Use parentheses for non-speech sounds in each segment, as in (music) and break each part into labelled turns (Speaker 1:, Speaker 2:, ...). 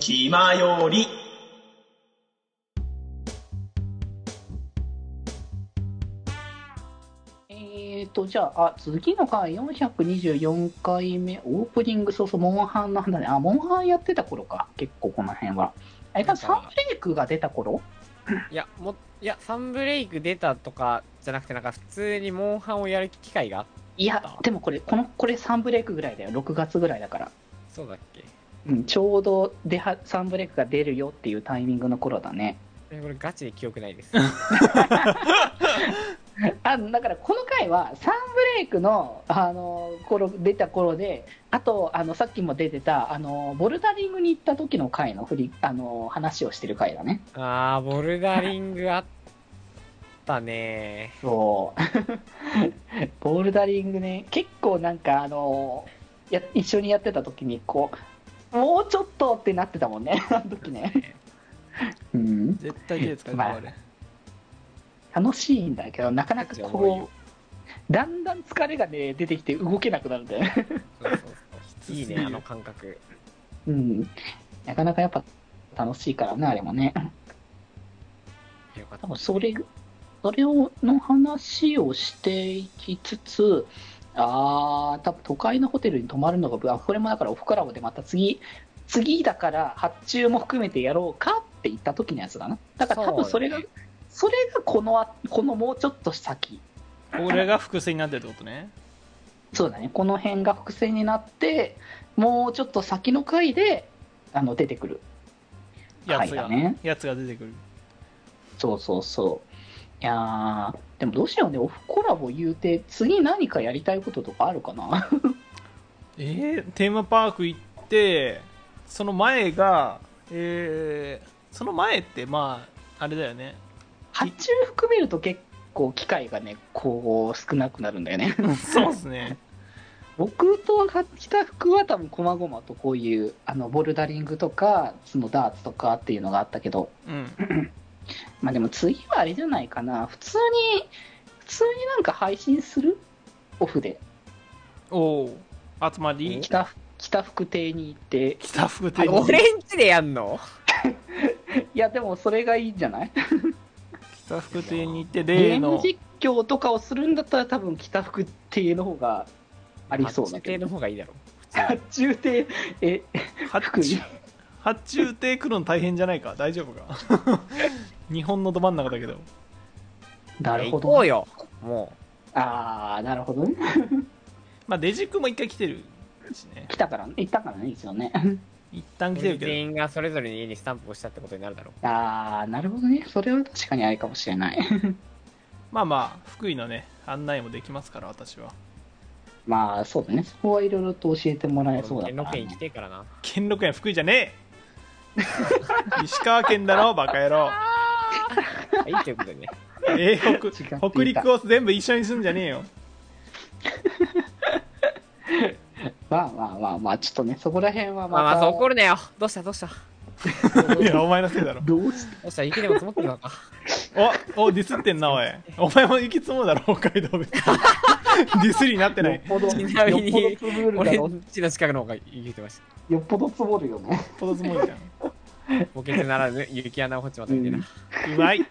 Speaker 1: 今より。
Speaker 2: えーと、じゃあ、あ次の回、424回目、オープニング、そうそう、モンハンなんだね。あ、モンハンやってた頃か、結構この辺は。え、多分サンブレイクが出た頃
Speaker 3: いや、も、いや、サンブレイク出たとかじゃなくて、なんか普通にモンハンをやる機会があっ
Speaker 2: いや、でもこれ、この、これサンブレイクぐらいだよ。6月ぐらいだから。
Speaker 3: そうだっけ
Speaker 2: うん、ちょうど出は、サンブレイクが出るよっていうタイミングの頃だね。
Speaker 3: えこれガチで記憶ない
Speaker 2: (laughs)
Speaker 3: です。
Speaker 2: あだからこの回はサンブレイクのあの頃出た頃であとあのさっきも出てたあのボルダリングに行った時の回の振りあの話をしてる回だね
Speaker 3: あー、ボルダリングあったね
Speaker 2: そう (laughs) ボルダリングね結構なんかあのや一緒にやってた時にこうもうちょっとってなってたもんね (laughs) あの時ね、うん、
Speaker 4: 絶対手使いた
Speaker 2: まあ
Speaker 4: あれ。
Speaker 2: 楽しいんだけどなかなか
Speaker 3: 重い
Speaker 2: こ
Speaker 3: よ
Speaker 2: うだんだん疲れがね出てきて動けなくなるんだよね
Speaker 3: そうそうそう。
Speaker 4: つすぎ
Speaker 3: いい
Speaker 4: る
Speaker 3: ね、あの感覚。
Speaker 2: うん、 (laughs) なかなかやっぱ楽しいからね、あれもね。
Speaker 3: よか
Speaker 2: 多
Speaker 3: った。
Speaker 2: 分それ、それをの話をしていきつつ、あー、多分都会のホテルに泊まるのが、あこれもだからオフコラボでまた次、次だから発注も含めてやろうかって言った時のやつだな。だから多分それが、
Speaker 3: そ
Speaker 2: そうれがこのあ、このもうちょっと先。
Speaker 4: これが複製になってるってことね。
Speaker 2: そうだね、この辺が伏線になって、もうちょっと先の回で、あの、出てくる。
Speaker 4: やつ
Speaker 2: はいだ
Speaker 4: が、
Speaker 2: ね
Speaker 4: やつが出てくる。
Speaker 2: そうそうそう。いやー、でもどうしようね、オフコラボ言うて、次何かやりたいこととかあるかな (laughs)
Speaker 4: えー、テーマパーク行って、その前が、えー、その前って、まあ、あれだよ
Speaker 2: (laughs)
Speaker 4: ね。
Speaker 2: 発注含めると結構機会がね、こう、少なくなるんだよね。 (laughs)
Speaker 4: そうですね。
Speaker 2: 僕と北福は多分、こまごまとこういう、あの、ボルダリングとか、そのダーツとかっていうのがあったけど、
Speaker 4: うん。
Speaker 2: まあでも次はあれじゃないかな、普通に、普通になんか配信するオフで。
Speaker 4: おお。集まり、
Speaker 2: 北福、北福亭に行って、
Speaker 4: 北福亭
Speaker 2: あ
Speaker 3: 俺んちでやんの
Speaker 2: いやでもそれがいいんじゃない
Speaker 4: 北福亭に行って、
Speaker 2: ゲ
Speaker 4: 例
Speaker 2: ーム
Speaker 4: の、
Speaker 2: 実況とかをするんだったら多分北福亭の方がありそうだ
Speaker 3: だけ
Speaker 2: けど
Speaker 3: の方がいいだろ。普通
Speaker 2: 発注亭え
Speaker 4: 発
Speaker 2: 福井
Speaker 4: 注、発注亭来るの大変じゃないか。大丈夫か。 (laughs) 日本のど真ん中だけど。
Speaker 2: なるほ
Speaker 3: 行こ
Speaker 2: ど
Speaker 3: うよ。も
Speaker 2: ああなるほどね
Speaker 4: まあ、デジ君も一回来てるしね。
Speaker 2: 来たからね行ったからね一応ね
Speaker 4: 一旦
Speaker 3: う。
Speaker 4: 来てるけど
Speaker 3: 全。員がそれぞれの家にスタンプをしたってことになるだろ
Speaker 2: ああなるほどねそれは確かにあれかもしれない (laughs)
Speaker 4: まあまあ、福井のね、案内もできますから、私は。
Speaker 2: まあそうだねそこはいろいろと教えてもらえそうだ
Speaker 3: う。
Speaker 2: か
Speaker 3: ロ
Speaker 2: ら、
Speaker 3: ケ行
Speaker 2: ね
Speaker 3: き、てえからな。
Speaker 4: 兼六園福井じゃねえ石川県だろ、バカ野郎。
Speaker 3: はい、ということでね。
Speaker 4: え
Speaker 2: 違ってい
Speaker 4: ー、
Speaker 2: た
Speaker 4: 北北陸を全部一緒にすんじゃねえよ。
Speaker 2: まあまあまあまあちょっとねそこら辺は (laughs) ま
Speaker 3: まあ
Speaker 2: た
Speaker 3: まあ、そう怒るなよ。どうしたどうしたど
Speaker 4: いや、お前のせいだろ。
Speaker 2: どうして
Speaker 3: うした雪でも積もってるのか。
Speaker 4: お、お、ディスってんな、おい。お前も行き積もうだろ、北海道別に (laughs) ディスりになって
Speaker 2: よ
Speaker 4: な
Speaker 2: っ
Speaker 4: い。
Speaker 2: ぽど
Speaker 3: ちなみに
Speaker 2: よっぽどつぶるだ
Speaker 3: 俺
Speaker 2: ろ
Speaker 3: んちの近くの方が雪降ってました。
Speaker 2: うよっぽどつぼるよね
Speaker 4: ほど積もりじゃ
Speaker 3: ボケてならぬ (laughs) 雪穴を掘っちまったみたいな。
Speaker 4: ん。うまい。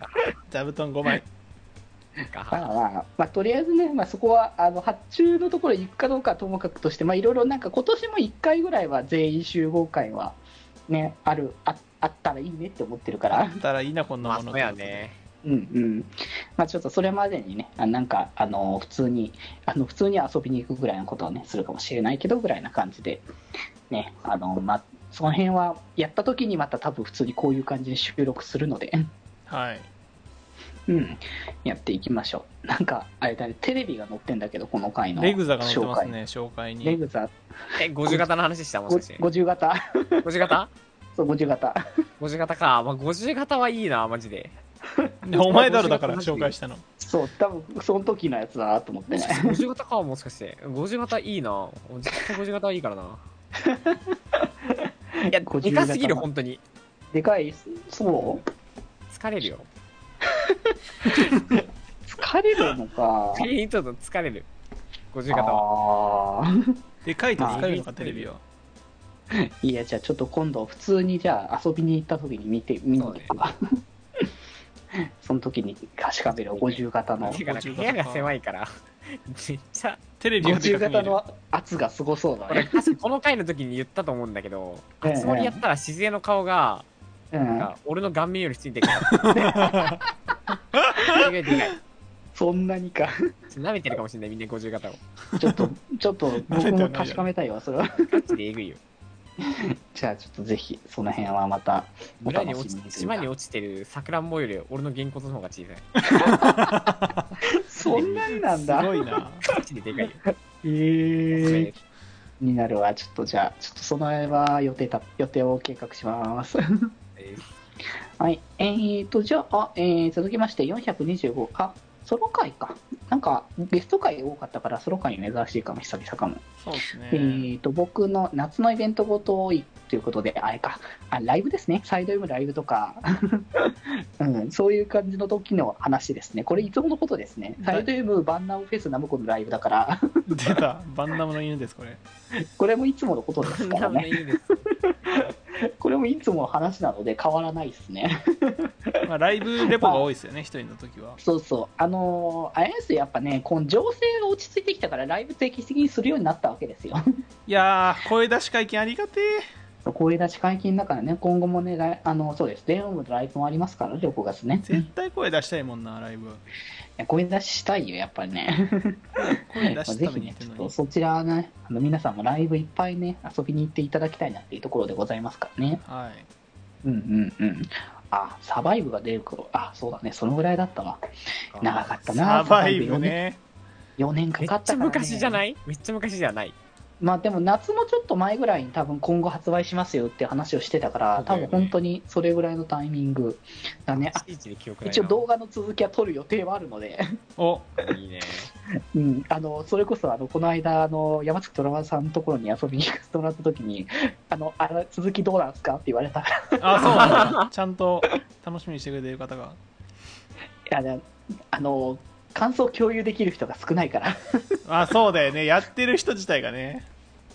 Speaker 4: 座布団5枚。
Speaker 3: なんか
Speaker 2: まあまあ、まあ、とりあえずね、まあ、そこはあの発注のところに行くかどうかはともかくとして、まあ、いろいろなんか今年も1回ぐらいは全員集合会は、ね、あるああったらいいねって思ってるか
Speaker 4: あ
Speaker 2: ら、
Speaker 4: ったらいいな、こんな
Speaker 3: まあ、
Speaker 4: もの。
Speaker 3: そうやね。
Speaker 2: うんうんまあ、ちょっとそれまでにね、あなんかあの普通にあの普通に遊びに行くぐらいのことを、ね、するかもしれないけどぐらいな感じで、ねあのまあ、その辺はやった時にまた多分普通にこういう感じで収録するので。
Speaker 4: はい。
Speaker 2: うん、やっていきましょう。なんか、あれだね、テレビが載ってんだけど、この回の紹介。
Speaker 4: レグザが載ってますね、紹介
Speaker 2: レ
Speaker 4: に。
Speaker 2: グザ、
Speaker 3: え、50型の話したもし
Speaker 2: ご
Speaker 3: かして。
Speaker 2: 50型。
Speaker 3: 50型
Speaker 2: (laughs) そう、50型。
Speaker 3: 50型か。まあ、50型はいいな、マジ (laughs) で。
Speaker 4: でお前だろ、だから、紹介したの。
Speaker 2: そう、多分その時のやつだなと思ってね。
Speaker 3: 50型か、もしかして。50型いいな。絶対50型はいいからな。いや、
Speaker 2: 50
Speaker 3: でかすぎる、本当に。
Speaker 2: でかい、そう。
Speaker 3: 疲れるよ。
Speaker 2: 疲れるのか。
Speaker 3: 全員ちょっと疲れる。50型は。
Speaker 2: ああー。
Speaker 4: でかいと疲れるの
Speaker 3: あ
Speaker 4: か、
Speaker 3: ー
Speaker 4: テレビは。
Speaker 2: いや、じゃあちょっと今度、普通にじゃあ遊びに行った時に見て、見に行くわ。 (laughs) その時に貸しカメラを50型
Speaker 3: (laughs)
Speaker 2: の
Speaker 3: て、いうかなんか部屋が狭いから、めっちゃ、
Speaker 4: テレビがでか
Speaker 2: 50
Speaker 4: く見え
Speaker 2: 型
Speaker 4: る
Speaker 2: の圧がすごそうだ
Speaker 3: 俺、
Speaker 2: ね。
Speaker 3: 確かこの回の時に言ったと思うんだけど、
Speaker 2: ええ
Speaker 3: つもりやったら、静江の顔が、
Speaker 2: う
Speaker 3: なん
Speaker 2: ん、
Speaker 3: か俺の顔面よりついて (laughs) くる。それがでかい
Speaker 2: そんなにか。
Speaker 3: ちょっと舐めてるかもしれない、みんな50型を。
Speaker 2: ちょっ
Speaker 3: (laughs)
Speaker 2: と、ちょっと僕も確かめたいわ、それは。 (laughs)
Speaker 3: ガチでえぐいよ。
Speaker 2: じゃあちょっとぜひ、その辺はまたお
Speaker 3: 村
Speaker 2: 楽
Speaker 3: に落
Speaker 2: しみに
Speaker 3: ち
Speaker 2: する
Speaker 3: 島に落ちてるさくらんぼより俺の原骨の方が小さい。
Speaker 2: (laughs) そんなんなんだ。
Speaker 4: すごいな
Speaker 3: ガチででかいよ。
Speaker 2: (laughs) えー、になるわ。ちょっとじゃあ、ちょっとその辺は予定た、予定を計画し
Speaker 3: (laughs)
Speaker 2: ます。
Speaker 3: えー
Speaker 2: はい。えーと、じゃあ、えー続きまして425。あ、ソロ回か。なんか、ゲスト回多かったから、ソロ回珍しいかも、久々かも。
Speaker 4: そうですね
Speaker 2: えー、と僕の夏のイベントごといということで、あれかあ、ライブですね、サイド M ライブとか、 (laughs) うん、そういう感じの時の話ですね、これ、いつものことですね、サイド M バンナムフェスナムコのライブだから、 (laughs)
Speaker 4: 出たバンダムの犬ですこれ
Speaker 2: これもいつものことで
Speaker 3: そ
Speaker 2: す
Speaker 3: ん
Speaker 2: か
Speaker 3: な
Speaker 2: ら
Speaker 3: もんい
Speaker 2: ね、
Speaker 3: いです。
Speaker 2: これもいつもの話なので、変わらないですね、
Speaker 4: まあライブレポが多いですよね一人の時は
Speaker 2: そうそう、あのーあれですよ、やっぱね、この情勢が落ち着いてきたから、ライブ定期的にするようになったわけですよ。 (laughs)
Speaker 4: いやー声出し解禁ありがて
Speaker 2: そう声出し解禁だからね、今後もね、ライあのそうです、電話のライブもありますから、6月ね
Speaker 4: ー。絶対声出したいもんなライブ
Speaker 2: いや声出ししたいよ、やっぱり
Speaker 3: (laughs)
Speaker 2: ね。
Speaker 4: 声出す
Speaker 2: ぜ
Speaker 4: ため
Speaker 2: ひ
Speaker 4: にや
Speaker 2: ね
Speaker 4: っ、て
Speaker 2: ち
Speaker 4: る
Speaker 2: ょ
Speaker 4: の
Speaker 2: っと
Speaker 4: に
Speaker 2: そちらはね、あの皆さんもライブいっぱいね、遊びに行っていただきたいなっていうところでございますからね。
Speaker 4: はい
Speaker 2: うんうんうん。あ、サバイブが出る頃、あ、そうだね、そのぐらいだったわ。長かった
Speaker 4: サ
Speaker 2: な、
Speaker 4: バイブ。ね
Speaker 2: 4年か
Speaker 3: めっ
Speaker 2: かっ
Speaker 3: ち
Speaker 2: た
Speaker 3: ゃ
Speaker 2: から、ね。
Speaker 3: 昔じゃないめっちゃ昔じゃない。
Speaker 2: まあでも夏のちょっと前ぐらいに多分今後発売しますよって話をしてたから、多分本当にそれぐらいのタイミングだね。あ
Speaker 3: いちいちで記憶ないな。
Speaker 2: 一応動画の続きは撮る予定はあるので。
Speaker 4: お
Speaker 3: いいね。
Speaker 2: うん、あのそれこそあのこの間あの山崎虎丸さんのところに遊びに行かせてもらった時にあのあれ続きどうなんですかって言われたから
Speaker 4: あそうなんだちゃんと楽しみにしてくれてる方が
Speaker 2: あのあの感想共有できる人が少ないから
Speaker 4: あそうだよねやってる人自体がね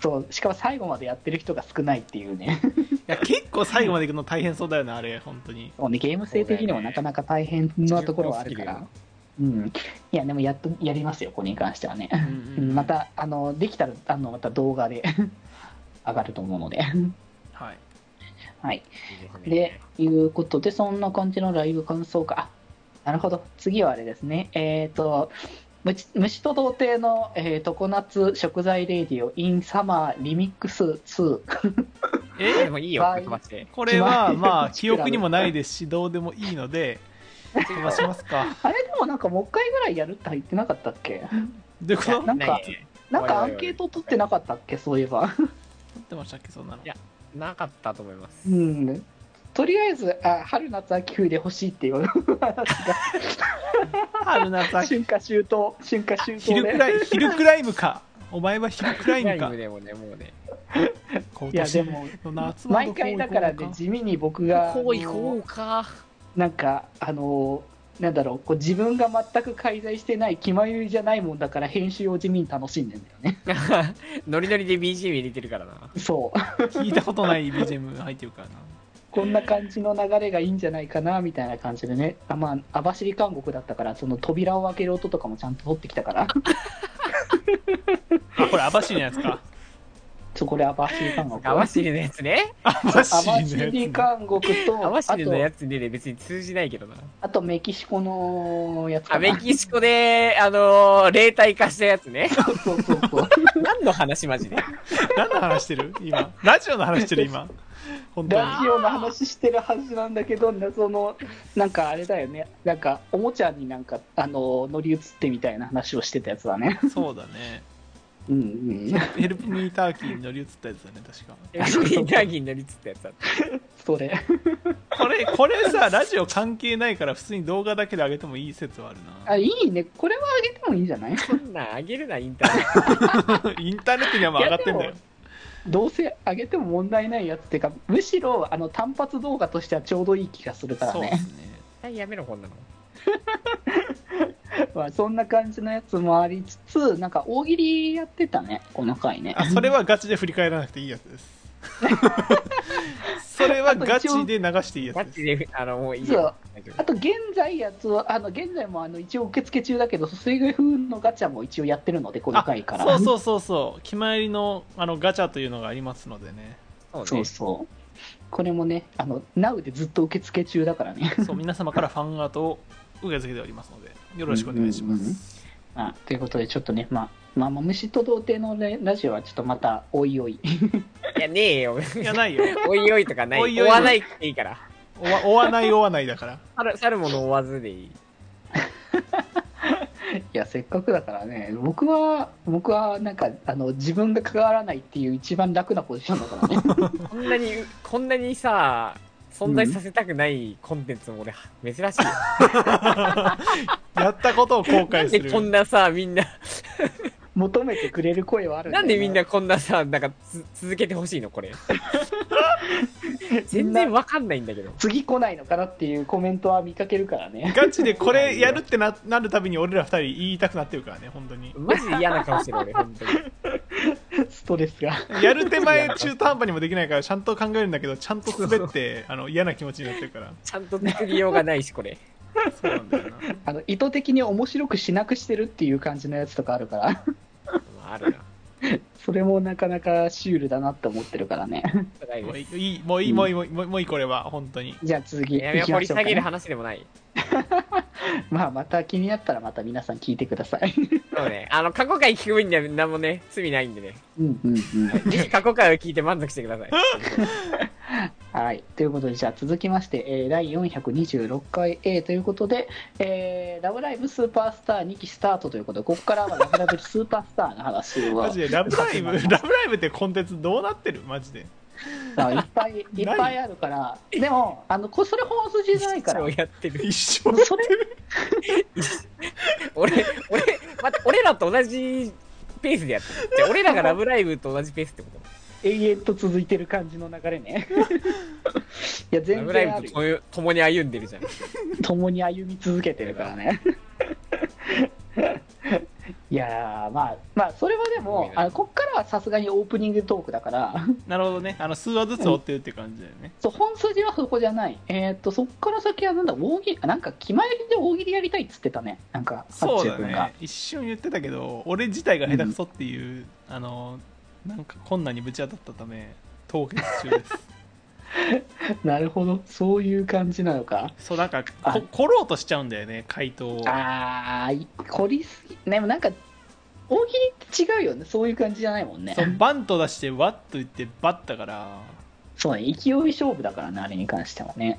Speaker 2: そうしかも最後までやってる人が少ないっていうね
Speaker 4: いや結構最後まで行くの大変そうだよねあれ本当に
Speaker 2: もうねゲーム性的にもなかなか大変なところはあるからう、ん、いやでもやっとやりますよこれに関してはね、うんまたあのできたらあのまた動画で (laughs) 上がると思うので
Speaker 4: はい
Speaker 2: はい
Speaker 3: いい
Speaker 2: で
Speaker 3: ね、
Speaker 2: いうことで、そんな感じのライブ感想か。あなるほど。次はあれですね。えっ、と、虫虫と童貞の、えー、常夏食材レディオ in サマーリミックス2。
Speaker 3: えでもいいよ、
Speaker 2: はい
Speaker 3: 飛ばして。
Speaker 4: これは
Speaker 2: 一番
Speaker 4: まあ記憶にもないですしどうでもいいので飛ばしますか
Speaker 2: あれでもなんかもう一回ぐらいやるって入ってなかったっけ
Speaker 4: どういうこと
Speaker 2: なんか
Speaker 3: いね
Speaker 2: なんかアンケート取ってなかったっけそういえば。
Speaker 4: 撮ってましたっけそんなの
Speaker 3: いやなかったと思います
Speaker 2: う。ん。とりあえず、あ春夏秋冬で欲しいっていう
Speaker 4: 春夏秋
Speaker 2: 春夏秋冬、春夏秋
Speaker 4: 昼
Speaker 2: 冬
Speaker 4: く
Speaker 2: で。
Speaker 4: らい昼クライムかお前は昼クライム
Speaker 3: ライ
Speaker 4: か
Speaker 3: ブでもね、もうね。
Speaker 4: 今
Speaker 2: いや、で
Speaker 4: 年
Speaker 2: も、
Speaker 4: の夏まで
Speaker 2: 毎回だからね、地味に僕が。
Speaker 3: こう行こうか。 (laughs)
Speaker 2: なんかあのーなんだろうこう自分が全く介在してない気まゆいじゃないもんだから編集を地味に楽しんでんだよね (laughs)
Speaker 3: ノリノリで BGM 入れてるからな。
Speaker 2: そう
Speaker 4: 聞いたことない BGM 入ってるからな
Speaker 2: こんな感じの流れがいいんじゃないかなみたいな感じでねあまあ網走監獄だったからその扉を開ける音とかもちゃんと取ってきたから (laughs)
Speaker 4: あこれ網走のやつか
Speaker 2: そうこれ網走監獄
Speaker 3: 網走のやつね。
Speaker 4: 網
Speaker 2: 網
Speaker 4: 走のやつ
Speaker 2: 走監獄と
Speaker 3: 網
Speaker 2: あ
Speaker 3: 走の
Speaker 2: と
Speaker 3: やつでね、別に通じないけどな。
Speaker 2: あとメキシコのやつ
Speaker 3: あ、
Speaker 2: か
Speaker 3: メ
Speaker 2: な
Speaker 3: キシコで、あのー、霊体化したやつね。
Speaker 2: (laughs) そうそうそうそう
Speaker 3: (laughs) 何の話マジで。
Speaker 4: 何の話してる今ラジオの話してる今本当に
Speaker 2: ラジオの話してるはずなんだけど、謎の、なんかあれだよね、なんかおもちゃになんか、あの、乗り移ってみたいな話をしてたやつだね。
Speaker 4: そうだね
Speaker 2: うんうん。
Speaker 4: ヘルプミーターキーに乗り移ったやつだね確か
Speaker 3: ピーターギーに乗りつったやつだった。
Speaker 2: (laughs) それ。
Speaker 4: これこれさラジオ関係ないから普通に動画だけで上げてもいい説はある
Speaker 2: あ、いいね。これはあげてもいいんじゃない
Speaker 3: そんなんあげるな、インターネット。
Speaker 4: な (laughs) インターネットにはもう上がってんだよ
Speaker 2: いやでどうせあげても問題ないやつっていうか、むしろ、あの、単発動画としてはちょうどいい気がするから
Speaker 4: そうで
Speaker 2: ね。
Speaker 4: すね
Speaker 3: 絶対やめろ、こんなの。
Speaker 2: (laughs) まあ、そんな感じのやつもありつつ、なんか大喜利やってたね、この回ね。
Speaker 4: あそれはガチで振り返らなくていいやつですそれはガチで流していいや
Speaker 3: ガ
Speaker 4: つ
Speaker 3: チ
Speaker 4: です。
Speaker 3: で、あの、もういい
Speaker 2: そう
Speaker 3: よ。大丈夫
Speaker 2: あと現在やつはあの現在もあの一応受付中だけど水害風のガチャも一応やってるのでこの
Speaker 4: あ
Speaker 2: 回から
Speaker 4: そうそうそうそう、決まりのあのガチャというのがありますのでね、
Speaker 3: そう
Speaker 2: そう
Speaker 3: ね。
Speaker 2: そうこれもねあの Now でずっと受付中だからね (laughs)
Speaker 4: そう皆様からファンアートを受け付けておりますので、よろしくお願いしま
Speaker 2: うんうんうん
Speaker 4: す。
Speaker 2: まあということでちょっとねまあまあ、まあ、虫と童貞のねラジオはちょっとまたおいお (laughs) い
Speaker 3: いや、ねえよ。
Speaker 4: いや、ないよ。
Speaker 3: おいおいとかない。
Speaker 4: おいおい
Speaker 3: 追わないっていいから。
Speaker 4: 追わ追わない追わないだから。
Speaker 3: 猿猿もの追わずでいい。
Speaker 2: いやせっかくだからね僕は僕はなんかあの自分が関わらないっていう一番楽なポジションだからね
Speaker 3: (laughs) こんなに、こんなにさ、存在させたくないコンテンツも俺、珍しいよ。
Speaker 4: やったことを後
Speaker 3: な
Speaker 4: 悔
Speaker 3: ん
Speaker 4: す
Speaker 3: でこん
Speaker 4: る。
Speaker 3: なさ、みんな、
Speaker 4: (laughs)
Speaker 2: 求めてくれる声はあるだ
Speaker 3: な
Speaker 2: よ
Speaker 3: んでみんなこんなさ、なんかつ続けてほしいの
Speaker 4: (laughs)
Speaker 3: これ。全然わかんないんだけど。
Speaker 2: 次来ないのかなっていうコメントは見かけるからね (laughs)
Speaker 4: ガチでこれやるってななるたびに俺ら二人言いたくなってるからね、本当に。
Speaker 3: マジ嫌な顔してる俺、本当に。
Speaker 2: ストレスが (laughs)
Speaker 4: やる手前中途半端にもできないからちゃんと考えるんだけどちゃんと滑ってあの嫌な気持ちになってるから
Speaker 3: ちゃんと作りようがないし、これ。
Speaker 4: そうなんだよな
Speaker 2: あの意図的に面白くしなくしてるっていう感じのやつとかあるから (laughs)
Speaker 3: まあ、あるな。
Speaker 2: それもなかなかシュールだなって思ってるからね
Speaker 3: 高い
Speaker 4: もう
Speaker 3: です
Speaker 4: いいもういいもういいもういいもういいもういいこれは本当に
Speaker 2: じゃあ次
Speaker 3: いやい
Speaker 2: 行
Speaker 3: や
Speaker 2: き
Speaker 3: 掘
Speaker 2: ま
Speaker 3: り
Speaker 2: しょう
Speaker 3: 下
Speaker 2: か、
Speaker 3: げ
Speaker 2: ね、
Speaker 3: る話でもない。
Speaker 2: (laughs) まあまた気になったらまた皆さん聞いてください
Speaker 3: そうね。あの、過去回聞く分には何もね、罪ないんでね。
Speaker 2: うんうんうん
Speaker 3: ぜひ過去回を聞いて満足してください。
Speaker 2: はい。ということで、じゃあ続きまして、えー第426回 A ということで、えーラブライブスーパースター2期スタートということで、ここからはラブライブスーパースターの話を
Speaker 4: マジでラブライブラブライブってコンテンツどうなってるマジで
Speaker 2: あいっぱいいっぱいあるから、でも、あの、こそれ本筋じゃないから
Speaker 3: そ、うやってる。
Speaker 4: 一生
Speaker 2: それ、
Speaker 3: 俺、俺、待って、俺らと同じペースでやってる。じゃあ、俺らがラブライブと同じペースってこと
Speaker 2: 永遠と続いてる感じの流れね。いや、
Speaker 3: ラ
Speaker 2: 全
Speaker 3: ブラ
Speaker 2: 然あ
Speaker 3: イ
Speaker 2: る
Speaker 3: ブ
Speaker 2: よ。
Speaker 3: と共に歩んでるじゃん。
Speaker 2: 共に歩み続けてるからね。 (laughs) いやー、まあ、まあ、それはです
Speaker 3: ごい
Speaker 2: も、
Speaker 3: ね
Speaker 2: あの、こっからはさすがにオープニングトークだから、 (laughs)
Speaker 4: なるほどねあの数話ずつ追ってるって感じだよね
Speaker 2: そう本筋はそこじゃない、えー、とそこから先はなんだ大喜利あなんか決まりで大喜利やりたいっつってたねなんか
Speaker 4: そうだ
Speaker 2: ハッチェ君が
Speaker 4: ね一瞬言ってたけど俺自体が下手くそっていう、あのなんか困難にぶち当たったため凍結中です
Speaker 2: (laughs) なるほどそういう感じなのか
Speaker 4: そうなんかこ
Speaker 2: あ
Speaker 4: 凝ろうとしちゃうんだよね回答を
Speaker 2: あー凝りすぎでもなんか大喜利って違うよねそういう感じじゃないもんね
Speaker 4: そうバント出してワッと言ってバッたから
Speaker 2: そうね勢い勝負だからねあれに関してはね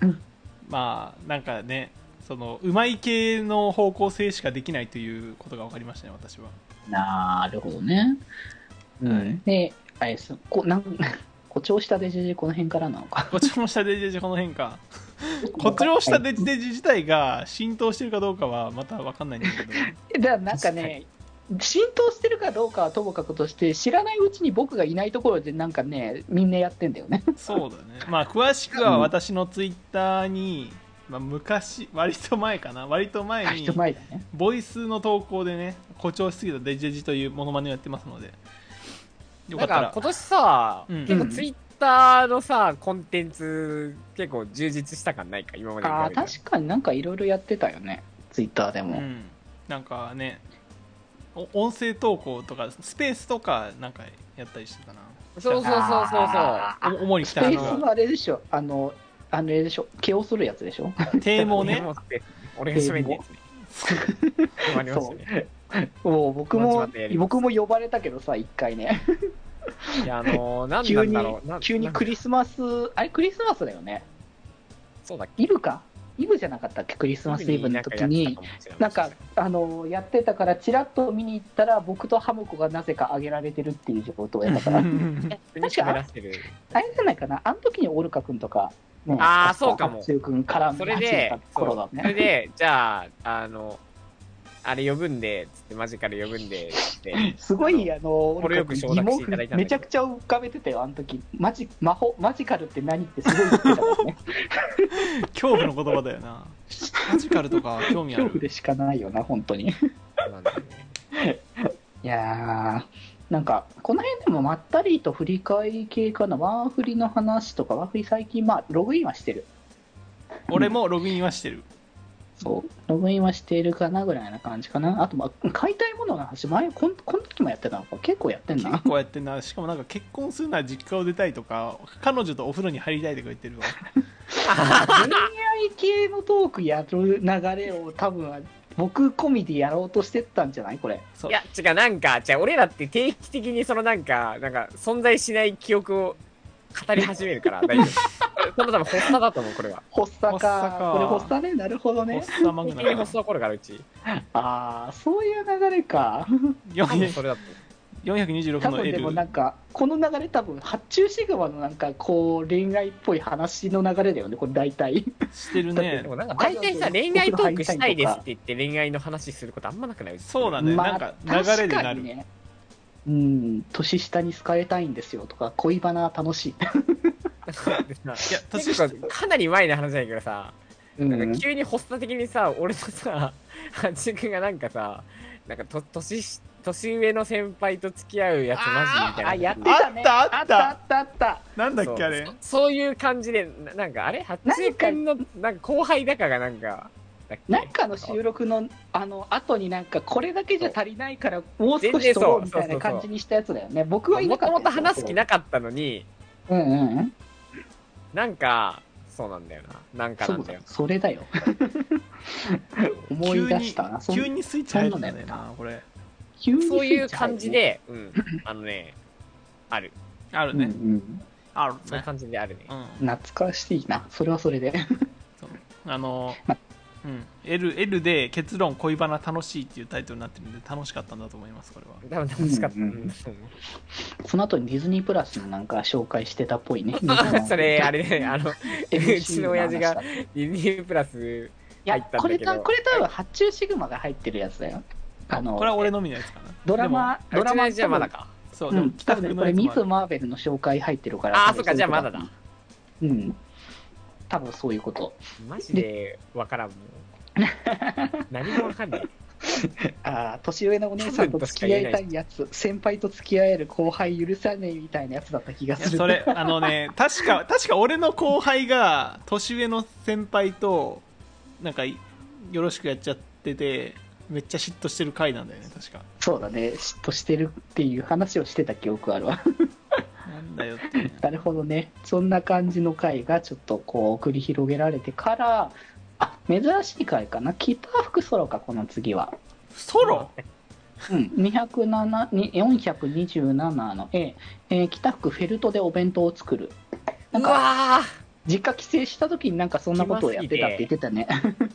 Speaker 4: まあなんかねそのうまい系の方向性しかできないということが分かりましたね私は
Speaker 2: なるほどね、う
Speaker 4: はい
Speaker 2: ん、であれですこなん (laughs) 誇張したデジェジこの辺からなのか
Speaker 4: こっちも下デジデジこの辺 (laughs) かこっちも
Speaker 2: (laughs)
Speaker 4: 下デジデジ自体が浸透してるかどうかはまた分かんないんだけど
Speaker 2: だからなんかね、浸透してるかどうかはともかくとして、知らないうちに僕がいないところで、なんかね、みんなやってんだよね。
Speaker 4: そうだねまあ詳しくは私のツイッターに、まあ、昔割と前かな割と前に
Speaker 2: 人前だね。
Speaker 4: ボイスの投稿でね誇張しすぎたデジデジというモノマネをやってますのでよかっ
Speaker 3: なん
Speaker 4: た
Speaker 3: から今年さ、
Speaker 4: うん
Speaker 3: 結構ツイッターのさ、コンテンツ結構充実した感ないか、今までに比
Speaker 2: ああ、
Speaker 3: べたら
Speaker 2: 確かになんかいろいろやってたよね、ツイッターで
Speaker 4: う
Speaker 2: も。
Speaker 4: ん、なんかねお音声投稿とかスペースとかなんかやったりしてたな
Speaker 3: そうそうそうそうそう。
Speaker 2: あー
Speaker 4: お主に来
Speaker 2: スペ
Speaker 4: たあ
Speaker 2: ース
Speaker 4: の
Speaker 2: はあれでしょ、あの、あのあれでしょ、毛をするやつでしょ。 (laughs)
Speaker 4: 堤防ね
Speaker 3: 俺が締めるやつね。決まりましたね。
Speaker 2: もう僕
Speaker 3: ちょ
Speaker 2: も
Speaker 3: っとやり、ます
Speaker 2: 僕も呼ばれたけどさ、一回ね。
Speaker 3: いや、あのー、なん
Speaker 2: 急
Speaker 3: なん
Speaker 2: に
Speaker 3: だろう。な、
Speaker 2: 急に
Speaker 3: な
Speaker 2: クリスマス、あれクリスマスだよね。
Speaker 3: そうだっけ
Speaker 2: イブかイブじゃなかったっけ、クリスマスイブの時に。なんか、あのやってたから、ちらっと見に行ったら、僕とハムコがなぜか上げられてるっていう状況やったから、
Speaker 3: に締めらせてる。
Speaker 2: あれじゃないかな、あの時にオルカ君とか、ね
Speaker 3: あーそうかも
Speaker 2: 中君絡ん
Speaker 3: そ
Speaker 2: で
Speaker 3: れ
Speaker 2: 始め
Speaker 3: で
Speaker 2: た、頃だ
Speaker 3: それ
Speaker 2: ね。
Speaker 3: で、じゃあ、あの、あれ呼ぶんで、つってマジから呼ぶんで、つって。
Speaker 2: すごい、あの、オルカ君、
Speaker 3: 俺
Speaker 2: 疑
Speaker 3: よく承諾していた
Speaker 2: 問
Speaker 3: だいたんだけど
Speaker 2: めちゃくちゃ浮かべてたよ、あの時。マジ、魔法、マジカルって何ってすごい言ってたもん
Speaker 3: (laughs)
Speaker 2: ね。
Speaker 4: (laughs) 恐怖の言葉だよなマジカルとか興味あ
Speaker 2: 恐怖
Speaker 4: る
Speaker 2: でしかないよな、本当に。い
Speaker 3: そうなんだよね
Speaker 2: やー、なんか、この辺でもまったりと振り返り系かな、ワーフリの話とか、ワーフリ最近、まあ、ログインはしてる。
Speaker 4: 俺もログインはしてる。
Speaker 2: そう、ログインはしているかなぐらいな感じかな。あと、まあ、買いたいものの話、前、こんこの時もやってたのか、結構やってん
Speaker 4: 結
Speaker 2: な。 (laughs)
Speaker 4: 構やってんな。しかもなんか結婚するなら実家を出たいとか、彼女とお風呂に入りたいとか言ってるわ。
Speaker 2: 恋愛系のトークやる流れを多分僕込みでやろうとしてったんじゃないこれ
Speaker 4: そう
Speaker 3: いや、違う、なんか、違う、俺らって定期的にそのなんか、なんか、存在しない記憶を語り始めるから、大丈夫。その多分、発作だと思う、こ
Speaker 2: (laughs)
Speaker 3: れは。
Speaker 2: 発作か
Speaker 4: 発作か
Speaker 2: これ発作ねなるほどね
Speaker 4: 発作マグ
Speaker 3: 定期
Speaker 4: ナ
Speaker 3: 的に
Speaker 4: ム
Speaker 3: 発作起こるから、うち。
Speaker 2: ああそういう流れか
Speaker 3: 多分そ
Speaker 4: 400
Speaker 3: れだと
Speaker 4: 426
Speaker 2: 多
Speaker 4: の
Speaker 2: 分で
Speaker 4: L
Speaker 2: もなんかこの流れ多分発注シグマのなんかこう恋愛っぽい話の流れだよねこれ大体
Speaker 4: してる
Speaker 3: 思う。 (laughs)
Speaker 4: ね
Speaker 3: で。もなんか、大体さ、恋愛トークしたいですって言って恋愛の話することあんまなくない
Speaker 4: そうだ
Speaker 3: ね。
Speaker 4: ね。
Speaker 2: ま
Speaker 4: な
Speaker 2: あ
Speaker 4: んか流れでな
Speaker 2: 確かに
Speaker 4: る。
Speaker 2: ねうん年下に好かれたいんですよとか恋バナ楽しい、
Speaker 4: いや、確
Speaker 3: 確
Speaker 4: か
Speaker 3: か
Speaker 4: に。
Speaker 3: かなり前の話だけどさ、
Speaker 2: う
Speaker 3: なん
Speaker 2: ん
Speaker 3: か、急に発作的にさ、俺とさ、ハチ君がなんかさ、なんかと年し年上の先輩と付き合うやつマジみたいな。
Speaker 2: あやってたね
Speaker 4: あったあった
Speaker 2: あったあったあった
Speaker 4: なんだっけあれ
Speaker 3: そう。そういう感じで、ななんかあれ八重君のなんか後輩だかがなんか、だっけ
Speaker 2: なんかの収録のあの後になんかこれだけじゃ足りないからもう少し
Speaker 3: 全然
Speaker 2: 取ろ
Speaker 3: そうう
Speaker 2: みたい
Speaker 3: そ
Speaker 2: な
Speaker 3: うそうそう
Speaker 2: 感じにしたやつだよね僕はいな
Speaker 3: も
Speaker 2: かっ
Speaker 3: と
Speaker 2: た
Speaker 3: もと話す気
Speaker 2: な
Speaker 3: なかったのに、
Speaker 2: うんうんうん
Speaker 3: なんか、そうなんだよな。なんかな
Speaker 2: そ
Speaker 3: ん
Speaker 2: う
Speaker 3: だ
Speaker 2: だ
Speaker 3: よ
Speaker 2: よ。それだよ思い出したな
Speaker 4: 急に急
Speaker 2: に
Speaker 4: にスイッチ入ったんだよな、これ。
Speaker 2: 急に
Speaker 3: そういう感じで、うん。あのね、ある。
Speaker 4: ある
Speaker 2: うん
Speaker 4: ね。
Speaker 2: うん
Speaker 4: ある
Speaker 3: そういう
Speaker 4: ね。
Speaker 3: 感じであるね
Speaker 4: う。ん。
Speaker 2: 懐かしいなそれはそれで (laughs)
Speaker 4: あの
Speaker 2: ま、
Speaker 4: うん、L, L で結論恋バナ楽しいっていうタイトルになってるんで楽しかったんだと思いますこれは
Speaker 3: 多分楽しかった。
Speaker 2: うんうん
Speaker 3: うん
Speaker 2: その後にディズニープラスのなんか紹介してたっぽい
Speaker 3: (laughs)
Speaker 2: ね
Speaker 3: それ、
Speaker 2: (laughs)
Speaker 3: あれね、あの、うちの親父が
Speaker 2: い
Speaker 3: ディズニープラス、
Speaker 2: や
Speaker 3: 入ったんだけど
Speaker 2: これたこれ多分発注シグマが入ってるやつだよあの
Speaker 4: これは俺のみのやつかな
Speaker 2: ドラマ
Speaker 3: ド
Speaker 2: ド
Speaker 3: ラ
Speaker 2: ラ
Speaker 3: マ
Speaker 2: マ
Speaker 3: じゃまだ
Speaker 4: で
Speaker 3: か。
Speaker 4: もそう
Speaker 2: う
Speaker 4: でも
Speaker 2: ん、多分ねこれミス・
Speaker 4: も
Speaker 2: マーベルの紹介入ってるから
Speaker 3: ああ、そっか、じゃあまだだ。
Speaker 2: うん多分そういうこと
Speaker 3: マジでわからんもん。何もわかんない。
Speaker 2: ああ年上のお姉さんと付き合いたいやつ先輩と付き合える後輩許さねえみたいなやつだった気が
Speaker 4: いや
Speaker 2: する
Speaker 4: そ
Speaker 3: (laughs)
Speaker 4: れあのね確か確か俺の後輩が年上の先輩となんかいよろしくやっちゃっててめっちゃ嫉妬してる回なんだよね確か
Speaker 2: そうだね嫉妬してるっていう話をしてた記憶あるわ
Speaker 4: なんだよってね
Speaker 2: なるほどねそんな感じの回がちょっとこう繰り広げられてからあ珍しい回かな北福ソロかこの次は
Speaker 4: ソ
Speaker 3: (laughs)
Speaker 4: ロ
Speaker 2: うん、207に427の A、えー北福フェルトでお弁当を作るなん
Speaker 3: う
Speaker 2: か
Speaker 3: わ
Speaker 2: 実家帰省した時になんかそんなことをやってたって言ってたね
Speaker 3: ー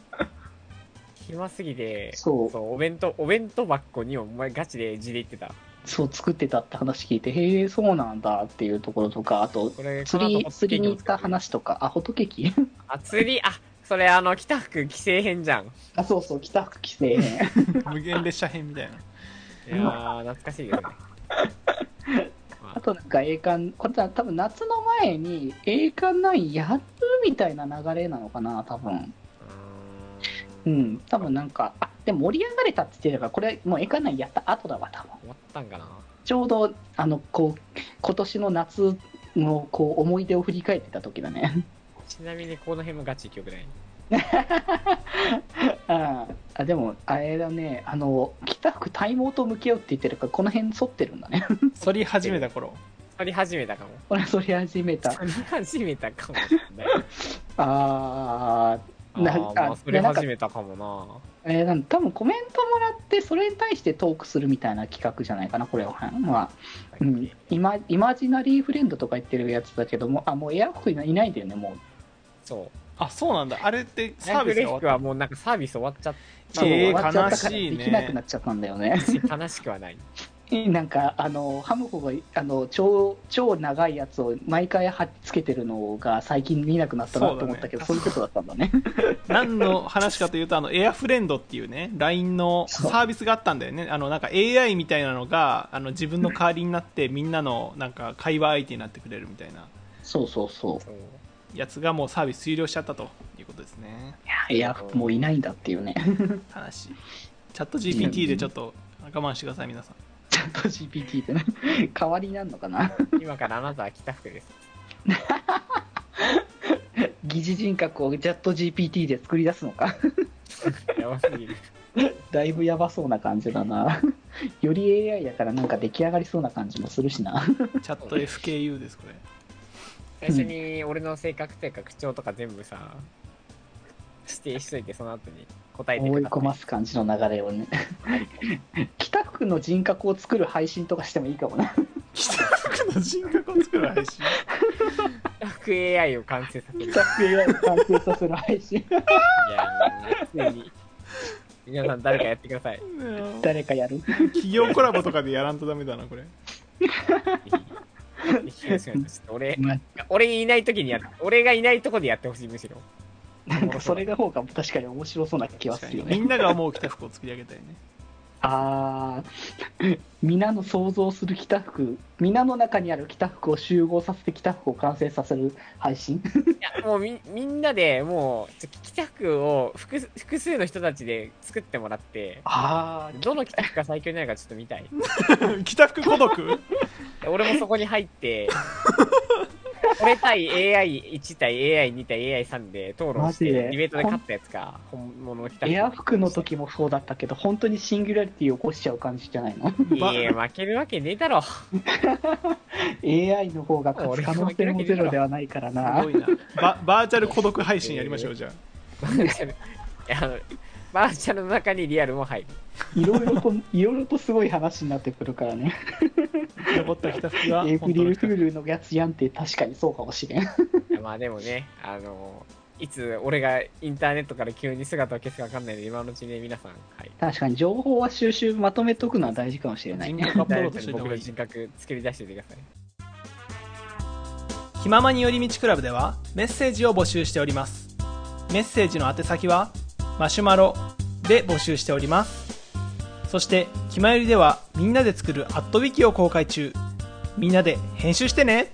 Speaker 3: 暇すぎ
Speaker 2: (laughs)
Speaker 3: て、
Speaker 2: そう
Speaker 3: そう、お弁当、お弁当箱にお前ガチで字で言ってた。
Speaker 2: そう作ってたって話聞いてへえそうなんだっていうところとかあと
Speaker 3: これ、
Speaker 2: 釣
Speaker 3: この
Speaker 2: り
Speaker 3: 後
Speaker 2: 釣りに行っ
Speaker 3: ホッ
Speaker 2: た
Speaker 3: トケーキも作る。
Speaker 2: 話とかあホットケーキ
Speaker 3: あ、釣り、あ、それあの、北福帰省編じゃん。い
Speaker 2: あそうそう北福帰省
Speaker 4: 無限列車編みたいな
Speaker 3: やー、懐かしいですね。
Speaker 2: あとなんか栄冠これ多分夏の前に栄冠9やるみたいな流れなのかな多分
Speaker 3: う
Speaker 2: う
Speaker 3: ーん
Speaker 2: ん、多分なんか、あでも盛り上がれたって言ってれば、これ、もう絵かないやった後だわ、多分
Speaker 3: 終わったんかな。
Speaker 2: ちょうど、あの、こう、今年の夏の、こう、思い出を振り返ってた時だね。
Speaker 3: ちなみに、この辺もガチ記憶ない。
Speaker 2: (laughs) ああでも、あれだね、あの、北福体毛と向き合うって言ってるから、この辺反ってるんだね。 (laughs)
Speaker 4: 反り始めた頃
Speaker 3: 撮り始めたかも。
Speaker 2: これ、反り始めた。
Speaker 3: 撮り始めたかもしれない。
Speaker 2: (laughs) あ
Speaker 3: あー
Speaker 2: (laughs) な
Speaker 3: まあ
Speaker 2: あ
Speaker 3: それ
Speaker 2: いやなんか
Speaker 3: 始めたかも
Speaker 2: ーえー、なん多分コメントもらって、それに対してトークするみたいな企画じゃないかな、これは。まあ
Speaker 3: な。
Speaker 2: うん、イマイマジナリーフレンドとか言ってるやつだけども、あ、もうエアコンいないんだよね、もう。
Speaker 3: そう。
Speaker 4: あそうなんだあれってサ
Speaker 3: サ
Speaker 4: ー
Speaker 3: ー
Speaker 4: ビ
Speaker 3: ビ
Speaker 4: スが
Speaker 3: ス
Speaker 4: 終わっ
Speaker 3: はもうなんかサービス終わっちゃっ
Speaker 4: そうえー
Speaker 2: 終わっちゃったから
Speaker 4: 悲しいね
Speaker 2: できなくなっちゃったんだよね。
Speaker 3: たし、悲しくはない。
Speaker 2: (laughs) なんか、あの、ハムコが、あの、超、超長いやつを毎回貼っつけてるのが最近見なくなったなと思ったけど、そ,、
Speaker 4: そうう
Speaker 2: いうことだったんだね。
Speaker 4: 何の話かというと、あの、エアフレンドっていうね、LINE のサービスがあったんだよね。あの、なんか AI みたいなのが、あの、自分の代わりになって、みんなの、なんか、会話相手になってくれるみたいな
Speaker 2: そうそうそ
Speaker 3: そう。
Speaker 4: やつが、もうサービス終了しちゃったということですね。
Speaker 2: う。いや、もういないんだっていうね。
Speaker 4: 話。チャット GPT でちょっと我慢してください、皆さん。
Speaker 2: チャット GPT ってね、 (laughs) 代わりになるのかな (laughs)
Speaker 3: 今からあなたは北福です。
Speaker 2: 疑似人格をチャット GPT で作り出すのか
Speaker 3: やばすぎる。
Speaker 2: だいぶやばそうな感じだな。 (laughs) より AI だからなんか出来上がりそうな感じもするしな。
Speaker 4: チャット FKU ですこれ
Speaker 3: 最初に俺の性格というか口調とか全部さ、指定しといて、その後に答えて
Speaker 2: 追
Speaker 3: く
Speaker 2: い
Speaker 3: ださ
Speaker 2: 込
Speaker 3: い。
Speaker 2: ます感じの流れをね。 (laughs) 北区の人格を作る配信とかしてもいいかもな。 (laughs)
Speaker 4: 北福の人格を作る配 (laughs) 信
Speaker 3: 北福 AI を完成させる。い
Speaker 2: 北区 AI を完成させる配 (laughs) 信。
Speaker 3: や、もう、ついに。皆さん誰かやってください。
Speaker 2: 誰かやる
Speaker 4: 企業コラボとかでやらんとダメだなこれ
Speaker 3: ぜひぜひよろしくお願いしますちょっと俺、
Speaker 2: まあ
Speaker 3: 俺いないときにやっ俺がいないとこでやってほしい、むしろ。
Speaker 2: なんかそれの方が確かに面白そうな気はするよ
Speaker 4: み
Speaker 2: ね。
Speaker 4: んなが思う北福を作り上げたいね
Speaker 2: あー、 (laughs) 皆の想像する北服、皆の中にある北服を集合させて北服を完成させる配信。
Speaker 3: いや、もうみみんなでもう、ちょ北福を複数複数の人たちで作ってもらって、
Speaker 2: あー、
Speaker 3: どの北福が最強になるかちょっと見たい。
Speaker 4: 北福孤 (laughs) 独
Speaker 3: 俺もそこに入って、俺対 AI1 対 AI2 対 AI3 で討論し
Speaker 2: マジ
Speaker 3: て、
Speaker 2: で
Speaker 3: ディベートで勝ったやつか、本物の北
Speaker 2: エア服の
Speaker 3: 時
Speaker 2: 時もそうだったけど、本当にシンギュラリティを起こしちゃう感じじゃないの (laughs)
Speaker 3: いや、負けるわけねえだろ。
Speaker 2: ?AI の方が勝つ可能性もゼロではないから
Speaker 4: す
Speaker 2: な
Speaker 4: ご。いなババーチャル孤独配信やりましょうじゃ
Speaker 3: バーチャル、いや、あのバーチャルの中にリアルも入る。
Speaker 2: いろいろと、いろいろとすごい話になってくるからね。
Speaker 4: (laughs) あ残った北福が
Speaker 2: エイプ
Speaker 4: 本
Speaker 2: リ
Speaker 4: 当の
Speaker 2: ルフ
Speaker 4: 北
Speaker 2: ー
Speaker 4: 福
Speaker 2: ルのやつやんって確かにそうかもしれん。
Speaker 3: い (laughs) やまあでもね、あの、いつ俺がインターネットから急に姿を消すか分かんないので、今のうちに皆さん、はい。
Speaker 2: 確かに情報は収集まとめとくのは大事かもしれない
Speaker 4: 人
Speaker 2: ね。
Speaker 4: 格アッ
Speaker 3: イン
Speaker 4: プ
Speaker 3: ター
Speaker 4: ロー
Speaker 3: ネッ
Speaker 4: ド
Speaker 3: ト
Speaker 4: し
Speaker 3: に
Speaker 4: といた方
Speaker 3: 僕
Speaker 4: が
Speaker 3: の
Speaker 4: いい
Speaker 3: 人格作り出しておいてください。
Speaker 4: 気ままに寄り道クラブではメッセージを募集しておりますメッセージの宛先はマシュマロで募集しておりますそして「気まより」ではみんなで作る「アットウィキを公開中みんなで編集してね